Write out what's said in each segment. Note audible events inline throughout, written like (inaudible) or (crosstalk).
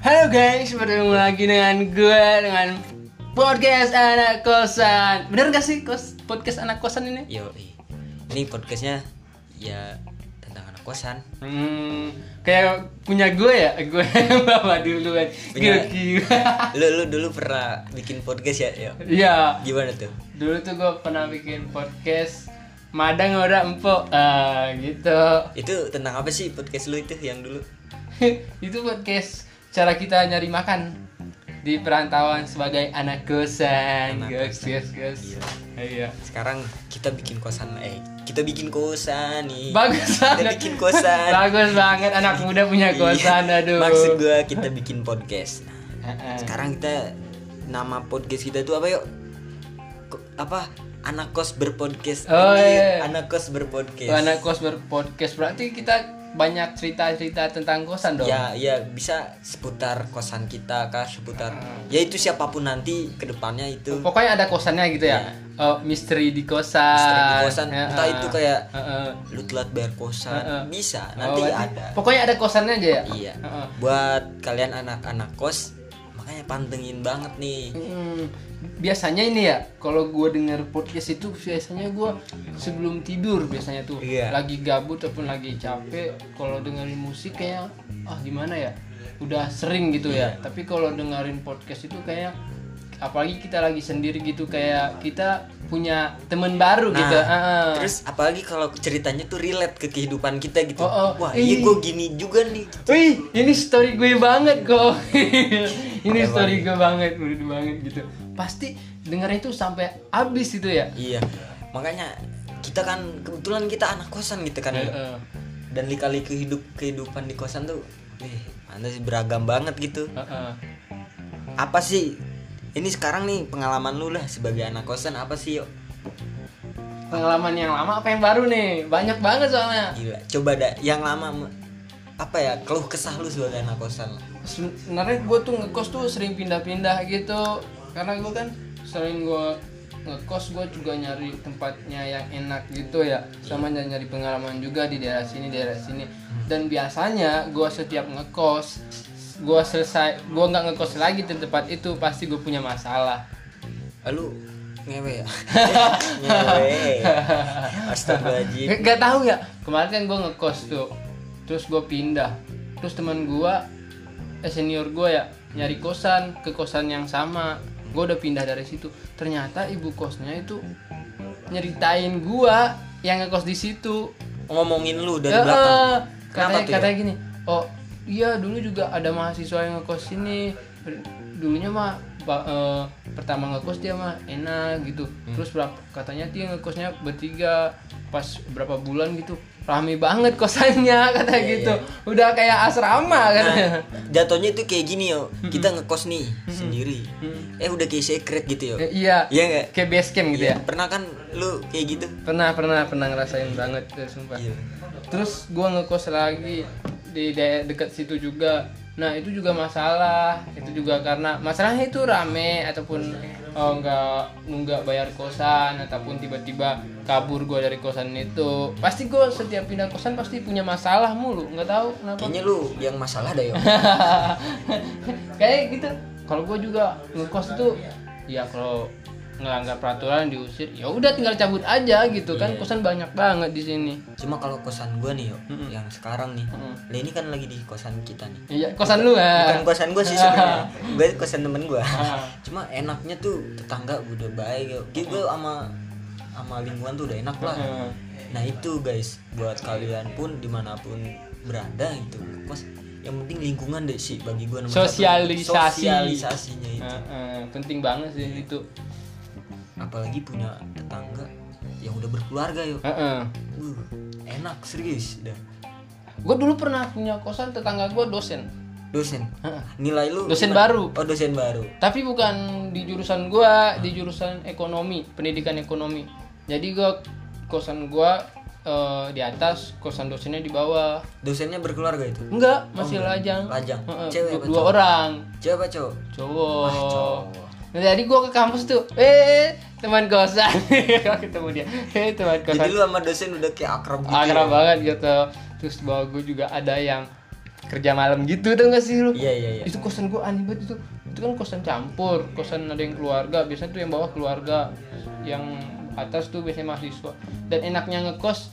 Halo guys, bertemu lagi dengan gue dengan podcast anak kosan. Bener gak sih kos podcast anak kosan ini? Yo, ini podcastnya ya tentang anak kosan. (laughs) Hmm, kayak punya gue ya, (laughs) gue bawa duluan. Punya. Gila-gila. (laughs) Lu lu dulu pernah bikin podcast ya? Yo. Iya, Gimana tuh? dulu tuh gue pernah bikin podcast Madang ora empuk Ah, gitu. (laughs) Itu tentang apa sih podcast lu itu yang dulu? Itu podcast cara kita nyari makan di perantauan sebagai anak kosan. Anak Guys, kosan. guys, guys. Iya. Sekarang kita bikin kosan eh kita bikin kosan nih. Bagus Kita banget. bikin (laughs) kosan. Bagus banget anak muda punya kosan Iya. aduh. Eh. Maksud gua kita bikin podcast. Nah, Heeh. sekarang kita nama podcast kita tuh apa yuk? Ko- apa? Anak kos berpodcast. Oh, Anjir, iya. Anak kos berpodcast. Anak kos berpodcast berarti kita banyak cerita-cerita tentang kosan dong. ya ya bisa seputar kosan kita kah seputar Ah. ya itu siapapun nanti kedepannya itu Pokoknya ada kosannya gitu ya. Eh, misteri di kosan. Iya. misteri di kosan Heeh. entah itu kayak Heeh. lu telat bayar kosan Heeh. bisa Oh, nanti berarti- ada Pokoknya ada kosannya aja ya. iya Heeh. buat kalian anak-anak kos makanya pantengin banget nih Hmm, biasanya ini ya kalau gue denger podcast itu biasanya gue sebelum tidur biasanya tuh Iya. lagi gabut ataupun lagi capek kalau dengerin musik kayak ah gimana ya udah sering gitu ya Iya. tapi kalau dengerin podcast itu kayak apalagi kita lagi sendiri gitu kayak kita punya temen baru Nah, gitu Ah. terus apalagi kalau ceritanya tuh relate ke kehidupan kita gitu Oh, oh. wah Ih. iya gue gini juga nih Wih, ini story gue banget kok. (laughs) ini story gue banget, menurut banget gitu. Pasti dengerin itu sampai habis itu ya. iya makanya kita kan kebetulan kita anak kosan gitu kan Heeh. dan dikali kehidup kehidupan di kosan tuh wih anda sih beragam banget gitu Heeh. apa sih ini sekarang nih pengalaman lu lah sebagai anak kosan apa sih yuk Pengalaman yang lama apa yang baru nih? Banyak banget soalnya. gila coba dah yang lama me- apa ya keluh kesah lu sebagai anak kosan lah Sebenarnya gue tuh ngekos tuh sering pindah-pindah gitu. Karena gue kan selain gue ngekos gue juga nyari tempatnya yang enak gitu ya. Sama nyari, nyari pengalaman juga di daerah sini, daerah sini. Dan biasanya gue setiap ngekos gue selesai gue nggak ngekos lagi di tempat itu pasti gue punya masalah Ah, lu ngewe ya (laughs) ngewe astagfirullahaladzim Gak, gak tahu ya. Kemarin kan gue ngekos tuh, terus gue pindah, terus teman gue, eh senior gue ya nyari kosan ke kosan yang sama. Gue udah pindah dari situ. Ternyata ibu kosnya itu nyeritain gue yang ngekos di situ. ngomongin lu dari Ya, belakang eh, Kenapa katanya, tuh, ya? katanya gini, oh iya dulu juga ada mahasiswa yang ngekos sini. Per- Dulunya mah ba- eh, pertama ngekos dia mah enak gitu. Hmm. Terus berapa katanya dia ngekosnya bertiga pas berapa bulan gitu rame banget kosannya (laughs) kata gitu. Udah kayak asrama katanya. Iya, (laughs) Nah, jatuhnya itu kayak gini yo kita ngekos nih sendiri eh udah kayak secret gitu yo Eh, iya. iya nggak Kayak base camp gitu ya. pernah kan lu kayak gitu Pernah pernah pernah ngerasain banget tuh, sumpah. iya Terus gua ngekos lagi di daerah dekat situ juga. Nah, itu juga masalah. Itu juga karena masalahnya itu rame ataupun oh, nggak nunggak bayar kosan ataupun tiba-tiba kabur gua dari kosan itu. Pasti gua setiap pindah kosan pasti punya masalah mulu, nggak tahu kenapa. (laughs) kayaknya lu yang masalah dah yo Kayak gitu. Kalau gua juga ngekos itu ya kalau ngelanggar peraturan diusir, ya udah tinggal cabut aja gitu kan. Kosan banyak banget di sini. Cuma kalau kosan gua nih, yo, yang sekarang nih. Lah ini kan lagi di kosan kita nih. Iya, kosan lu ya. Bukan kosan gua sih sebenarnya. Gua kosan temen gua. Cuma enaknya tuh tetangga udah baik. yo. Jadi gua sama sama lingkungan tuh udah enak lah. Hmm. Nah itu guys, buat kalian pun dimanapun berada gitu, kos yang penting lingkungan deh sih bagi gua nomor satu. Sosialisasi. Ah. Sosialisasinya Gitu. itu. Heeh, Eh, penting banget sih itu. Apalagi punya tetangga yang udah berkeluarga yuk. Heeh. Uh, enak serius dah. Gue dulu pernah punya kosan tetangga gue dosen, Dosen. Heeh. Nilai lu dosen gimana? baru. Oh dosen baru. Tapi bukan di jurusan gue, di jurusan ekonomi, pendidikan ekonomi. Jadi gue kosan gue di atas, kosan dosennya di bawah. Dosennya berkeluarga itu. Enggak, masih lajang. Oh, Lajang. Heeh, Cewek du- apa dua cowok? orang, Coba cowok. cowok. Ah, cowok. Nah, jadi gue ke kampus tuh, eh teman kosan, (laughs) Gua ketemu dia, eh teman kosan. Jadi lu sama dosen udah kayak akrab gitu. akrab ya? banget gitu terus di bawah gue juga ada yang kerja malam gitu tuh gak sih lu Iya iya iya. itu kosan gue aneh banget itu itu kan kosan campur kosan ada yang keluarga biasanya tuh yang bawah keluarga yang atas tuh biasanya mahasiswa dan enaknya ngekos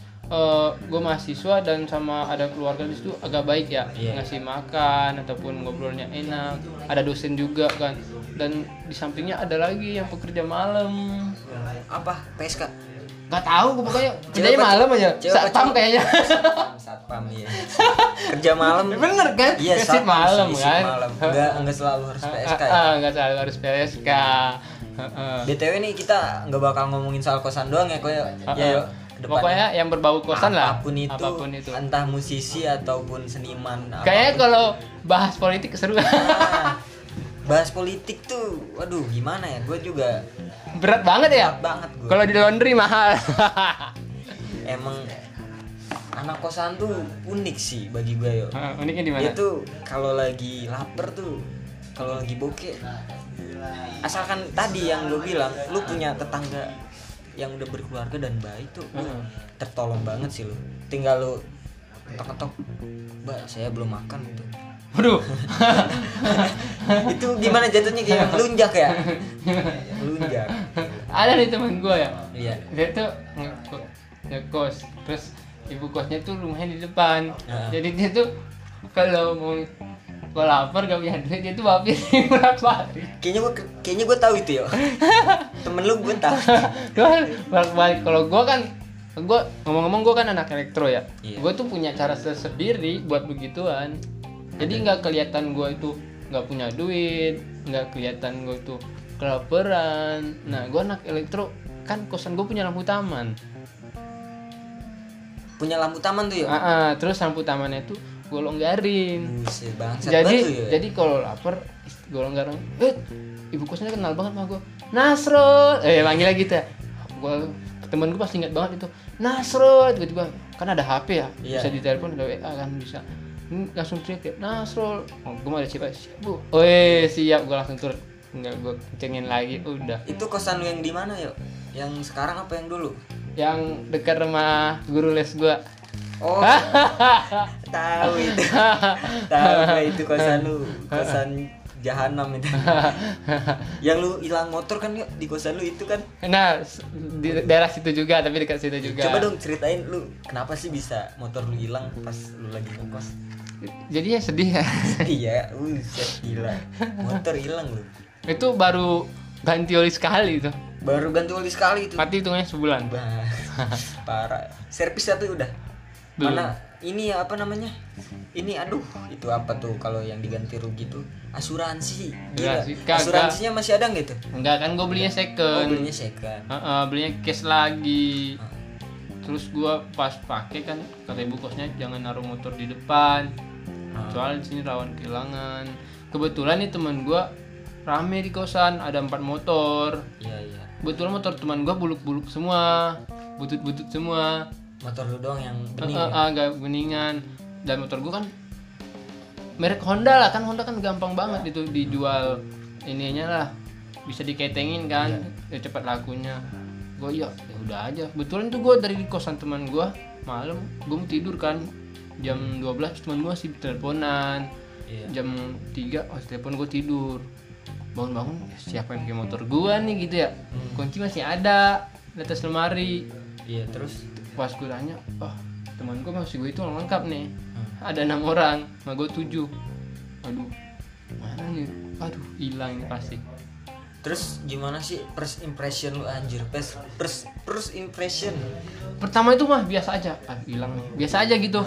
gue mahasiswa dan sama ada keluarga di situ agak baik ya Iya. ngasih makan ataupun ngobrolnya enak ada dosen juga kan dan di sampingnya ada lagi yang pekerja malam Apa? PSK. Gak tahu gue pokoknya kerjanya Cewek apa malam cowok? aja Cewek apa satpam cowok? kayaknya Satpam, Satpam iya. Kerja malam. Ya bener kan? Iya, Shift satpam, malam shift kan? Malam. Enggak enggak selalu harus PSK ya. Ah, ah, nggak salah harus Ah, PSK. Iya. Heeh. BTW nih kita nggak bakal ngomongin soal kosan doang ya, koyo. Ya, Heeh. yuk, ke depan. Ah, Pokoknya yang berbau kosan lah. apapun itu, Apapun itu. entah musisi ataupun seniman. Kayaknya apapun. kalau bahas politik seru. (laughs) Ah, (laughs) bahas politik tuh, waduh gimana ya? Gue juga Berat banget ya. berat banget gue. Kalau di laundry mahal. (laughs) Emang anak kosan tuh unik sih bagi gue yo. Heeh, Ah, Uniknya di mana? Dia tuh kalau lagi lapar tuh, kalau lagi bokeh, asalkan tadi yang gue bilang, lu punya tetangga yang udah berkeluarga dan baik tuh, lu Heeh. tertolong banget sih lu. Tinggal lu ketok-ketok, mbak saya belum makan gitu. Waduh. (laughs) itu gimana jatuhnya kayak melunjak ya? Melunjak. Ada nih teman gue ya. Iya. dia tuh ngekos ngekos terus ibu kosnya tuh rumahnya di depan Heeh. jadi dia tuh kalau mau kalau lapar gak punya duit dia tuh mampir (laughs) di bolak balik Kayaknya gue kayaknya gue tahu (laughs) itu ya. Temen lu gue tahu. bolak balik kalau gua kan gua ngomong-ngomong gua kan anak elektro ya Iya. gua tuh punya cara sendiri buat begituan jadi nggak kelihatan gua itu nggak punya duit nggak kelihatan gua itu kelaparan nah gua anak elektro kan kosan gua punya lampu taman Punya lampu taman tuh ya. Ah, ah, terus lampu tamannya tuh gue longgarin. Buset bangsat jadi banget tuh ya. jadi kalau lapar gue longgarin. Eh, ibu kosnya kenal banget sama gue. Nasrul, eh manggilnya gitu ya. Gue temen gue pasti ingat banget itu. Nasrul tiba-tiba kan ada HP ya, Iya. bisa ditelepon ada WA kan bisa. Hmm, langsung teriak ya, Nasrul. Oh, gue mau ada siapa? Siap, Bu. Oh, siap. Gue langsung turun. Enggak, gue kencengin lagi. Udah. Itu kosan lu yang di mana yuk? Yang sekarang apa yang dulu? Yang dekat rumah guru les gue. (laughs) Oh, tahu itu. tahu gue itu kosan lu. (laughs) Kosan jahanam itu. yang lu hilang motor kan yuk di kosan lu itu kan. Nah, s- di daerah situ juga, tapi dekat situ juga. Coba dong ceritain lu kenapa sih bisa motor lu hilang pas lu lagi (laughs) ngekos? Jadi ya sedih ya. (laughs) iya, buset gila. Motor hilang lu. itu baru ganti oli sekali itu. Baru ganti oli sekali itu. Mati hitungannya sebulan. Bah, (laughs) parah. Servis satu udah. Belum. Mana ini ya apa namanya? Ini aduh, itu apa tuh kalau yang diganti rugi tuh? Asuransi. Gila. Asuransi, kagak. Asuransinya masih ada nggak itu? Enggak kan gue belinya Oh, second. belinya second. Heeh, belinya cash lagi. Terus gua pas pakai kan kata ibu kosnya jangan naruh motor di depan. Soalnya di sini rawan kehilangan. Kebetulan nih teman gua rame di kosan, ada empat motor. Iya, iya. Kebetulan motor teman gua buluk-buluk semua, butut-butut semua. Motor lu doang yang Eh, bening. eh, ya? eh, agak beningan dan motor gue kan merek Honda lah kan Honda kan gampang banget itu dijual ininya lah bisa diketengin kan Iya. ya cepat lakunya gue ya ya udah aja kebetulan tuh gue dari kosan teman gue malam gue mau tidur kan jam 12 teman gue sih teleponan Iya. jam 3 oh telepon gue tidur bangun-bangun ya, siapa yang pakai motor gue nih gitu ya Hmm. kunci masih ada di atas lemari Iya, terus pas gue tanya oh teman gue masih gue itu orang lengkap nih ada enam orang sama gue tujuh aduh mana nih aduh hilang ini pasti Terus gimana sih first impression lu anjir? First first, first impression. pertama itu mah biasa aja ah hilang nih biasa aja gitu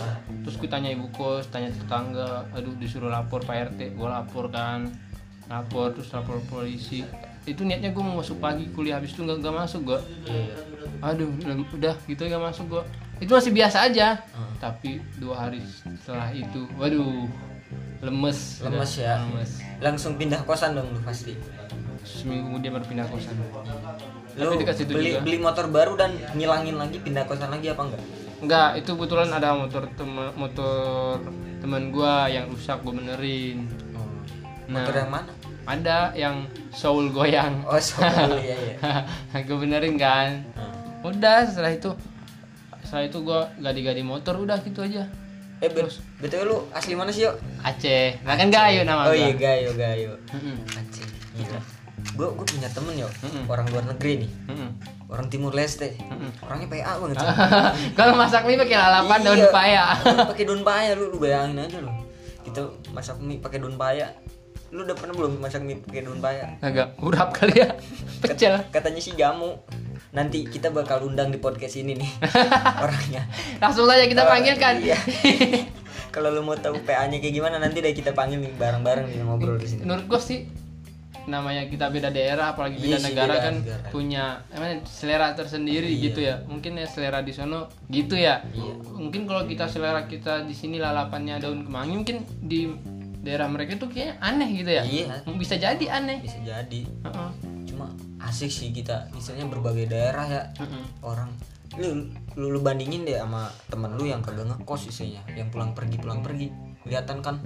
terus gue tanya ibu kos tanya tetangga aduh disuruh lapor pak rt gue lapor kan lapor terus lapor polisi itu niatnya gue mau masuk pagi kuliah habis itu nggak nggak masuk gue Iya. aduh udah- udah gitu nggak masuk gue itu masih biasa aja Hmm. tapi dua hari setelah itu waduh lemes Lemes ya. lemes Langsung pindah kosan dong lu pasti. seminggu kemudian baru pindah kosan Lu dekat situ juga. beli beli motor baru dan ngilangin lagi pindah kosan lagi apa enggak? Enggak, itu kebetulan ada motor temen, motor teman gua yang rusak gua benerin. Nah. Motor yang mana? Ada yang soul goyang. (laughs) Oh, sorry ya ya. gua benerin kan. Udah setelah itu setelah itu gua gadi-gadi motor udah gitu aja. Eh bet betul lu asli mana sih yuk? Aceh. Nah kan Gayo nama Oh gua. iya Gayo Gayo. Mm-mm. Anjing gila. Gue gue punya temen yo Mm-mm. orang luar negeri nih Mm-mm. orang Timur Leste Mm-mm. orangnya PA banget. (laughs) Kalau masak mie pakai lalapan daun Iya, paya. Pakai daun paya lu lu bayangin aja lu. Kita masak mie pakai daun paya. Lu udah pernah belum masak mie pakai daun paya? Agak urap kali ya. (laughs) Pecel. Katanya sih jamu. Nanti kita bakal undang di podcast ini (laughs) nih orangnya. Langsung saja kita Kalau- panggilkan. (laughs) iya. Kalau lu mau tahu PA-nya kayak gimana nanti deh kita panggil nih bareng-bareng nih ngobrol di sini. Menurut gua sih namanya kita beda daerah apalagi beda Iya sih, negara beda kan negara. punya emang selera tersendiri Iya. gitu ya mungkin ya selera di sono gitu ya Iya. mungkin kalau kita selera kita di sini lalapannya daun kemangi mungkin di daerah mereka tuh kayaknya aneh gitu ya Iya. bisa jadi aneh Bisa jadi. Heeh. Cuma asik sih kita. Misalnya berbagai daerah ya Heeh. orang. Lu, lu, lu bandingin deh sama temen lu yang kagak ngekos isinya, yang pulang pergi pulang pergi. Kelihatan (laughs) kan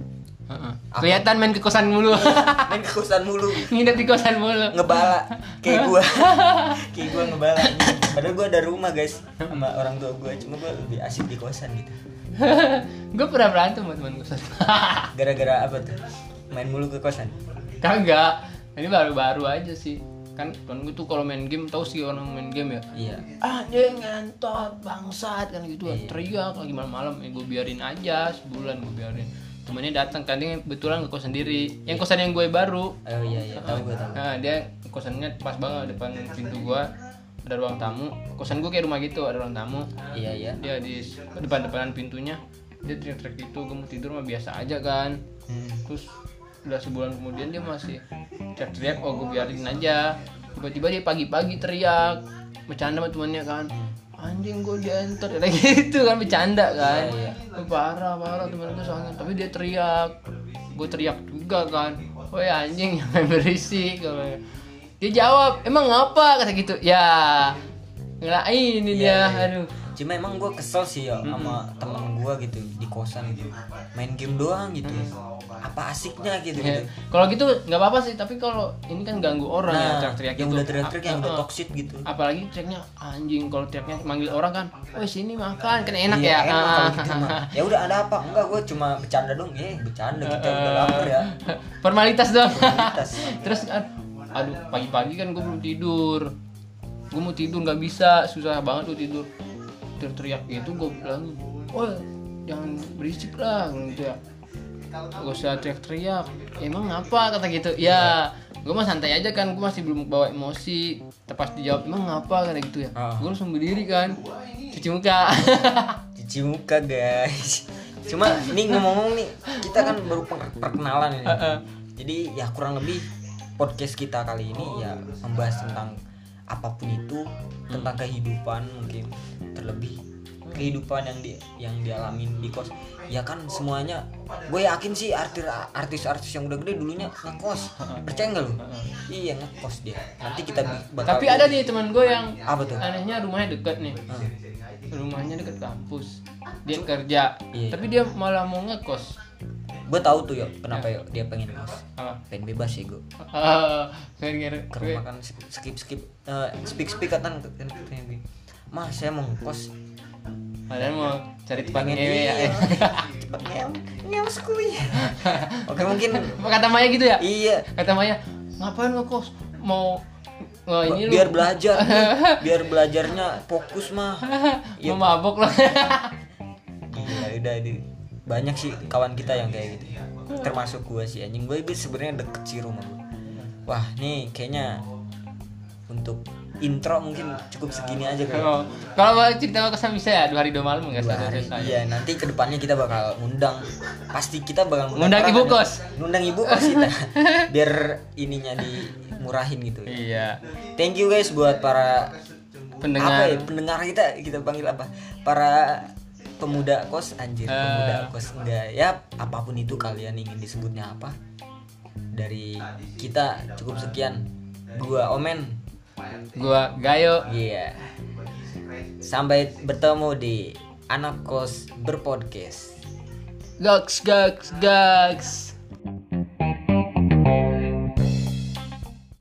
Heeh. kelihatan main ke kosan mulu (laughs) main ke kosan mulu nginep di kosan mulu ngebala kayak (laughs) gua kayak gua ngebala padahal gua ada rumah guys sama orang tua gua cuma gua lebih asik di kosan gitu (laughs) gue pernah berantem sama teman kosan (laughs) gara-gara apa tuh main mulu ke kosan kagak ini baru-baru aja sih kan temen gue tuh kalau main game tahu sih orang main game ya iya anjing ngentot bangsat kan gitu kan teriak lagi malam-malam ya gue biarin aja sebulan gue biarin temennya datang kan dia kebetulan ke kos sendiri yang kosan yang gue baru oh iya iya tahu gua tahu nah dia kosannya pas banget depan pintu gue ada ruang tamu kosan gue kayak rumah gitu ada ruang tamu iya iya dia di depan depanan pintunya dia teriak-teriak gitu gue mau tidur mah biasa aja kan Hmm. terus udah sebulan kemudian dia masih teriak-teriak oh gue biarin aja tiba-tiba dia pagi-pagi teriak bercanda sama temannya kan anjing gue diantar kayak gitu kan bercanda kan Iya, Oh, parah parah temen gue soalnya tapi dia teriak gue teriak juga kan oh ya anjing (laughs) yang berisik katanya. dia jawab emang apa kata gitu ya nggak Iya, ini dia aduh cuma emang gua kesel sih ya sama temen gua gitu di kosan gitu main game doang gitu apa asiknya gitu Ya, gitu Kalau gitu nggak apa-apa sih, tapi kalau ini kan ganggu orang ya nah teriak-teriak yang gitu. udah teriak-teriak yang udah Heeh. toxic gitu Apalagi teriaknya anjing kalau teriaknya manggil orang kan, "Woi, sini makan." Kan enak Iya, ya. enak kalau Ah. gitu mah. ya udah ada apa enggak gue cuma bercanda dong ya bercanda Ah, kita udah lapar ya (laughs) Formalitas doang. Formalitas. (laughs) Terus ad- aduh, pagi-pagi kan gue belum tidur. Gue mau tidur nggak bisa, susah banget tuh tidur. Teriak-teriak gitu gue bilang, "Woi, jangan berisik lah." gitu ya. Gak usah teriak-teriak Emang apa kata gitu Ya gue mah santai aja kan Gue masih belum bawa emosi Tepas dijawab Emang apa kata gitu ya Ah. Gue langsung berdiri kan Cuci muka (laughs) cuci muka guys cuma ini ngomong-ngomong nih kita kan baru per- perkenalan ini jadi ya kurang lebih podcast kita kali ini ya membahas tentang apapun itu Hmm. tentang kehidupan mungkin terlebih kehidupan yang di yang dialamin di kos ya kan semuanya gue yakin sih artis artis artis yang udah gede dulunya ngekos percaya nggak lu iya ngekos dia nanti kita bi- bakal Tapi ada nih teman gue yang apa tuh Anehnya rumahnya dekat nih Hmm. Rumahnya dekat kampus Dia kerja Iya. Tapi dia malah mau ngekos gue tahu tuh yo kenapa Ya. yo dia pengen ngekos Ah. (laughs) pengen bebas ya gue Ah, Gara-gara ke rumah kan skip skip eh, speak speak katan katan katanya gini mah saya mau ngekos Padahal mau cari tempat pengen ngewe ya (laughs) iya. cepet ngeong ngeong sekui oke mungkin Kata Maya gitu ya iya Kata Maya Ngapain ngekos Mau Wah, Nah, ini lu biar belajar (laughs) biar belajarnya fokus mah Iya. mau mabok lo Gila, udah di banyak sih kawan kita yang kayak gitu termasuk gua sih anjing gue itu sebenarnya deket sih rumah gua. wah nih kayaknya untuk intro mungkin cukup segini aja (laughs) kali ya. kalau kalau mau cerita mau kesan bisa ya dua hari dua malam nggak Dua satu hari. selesai Iya, nanti kedepannya kita bakal ngundang. Pasti kita bakal Ngundang orang ibu kan. kos. Ngundang ibu kos (laughs) kita. Biar ininya dimurahin gitu. iya Thank you guys buat para apa ya, pendengar pendengar kita kita panggil apa? Para pemuda kos Eh. anjir, pemuda kos enggak ya apapun itu kalian ingin disebutnya apa? Dari kita cukup sekian. Gua Omen. gua Gayo Iya. Sampai bertemu di Anak Kos Berpodcast. gags gags gags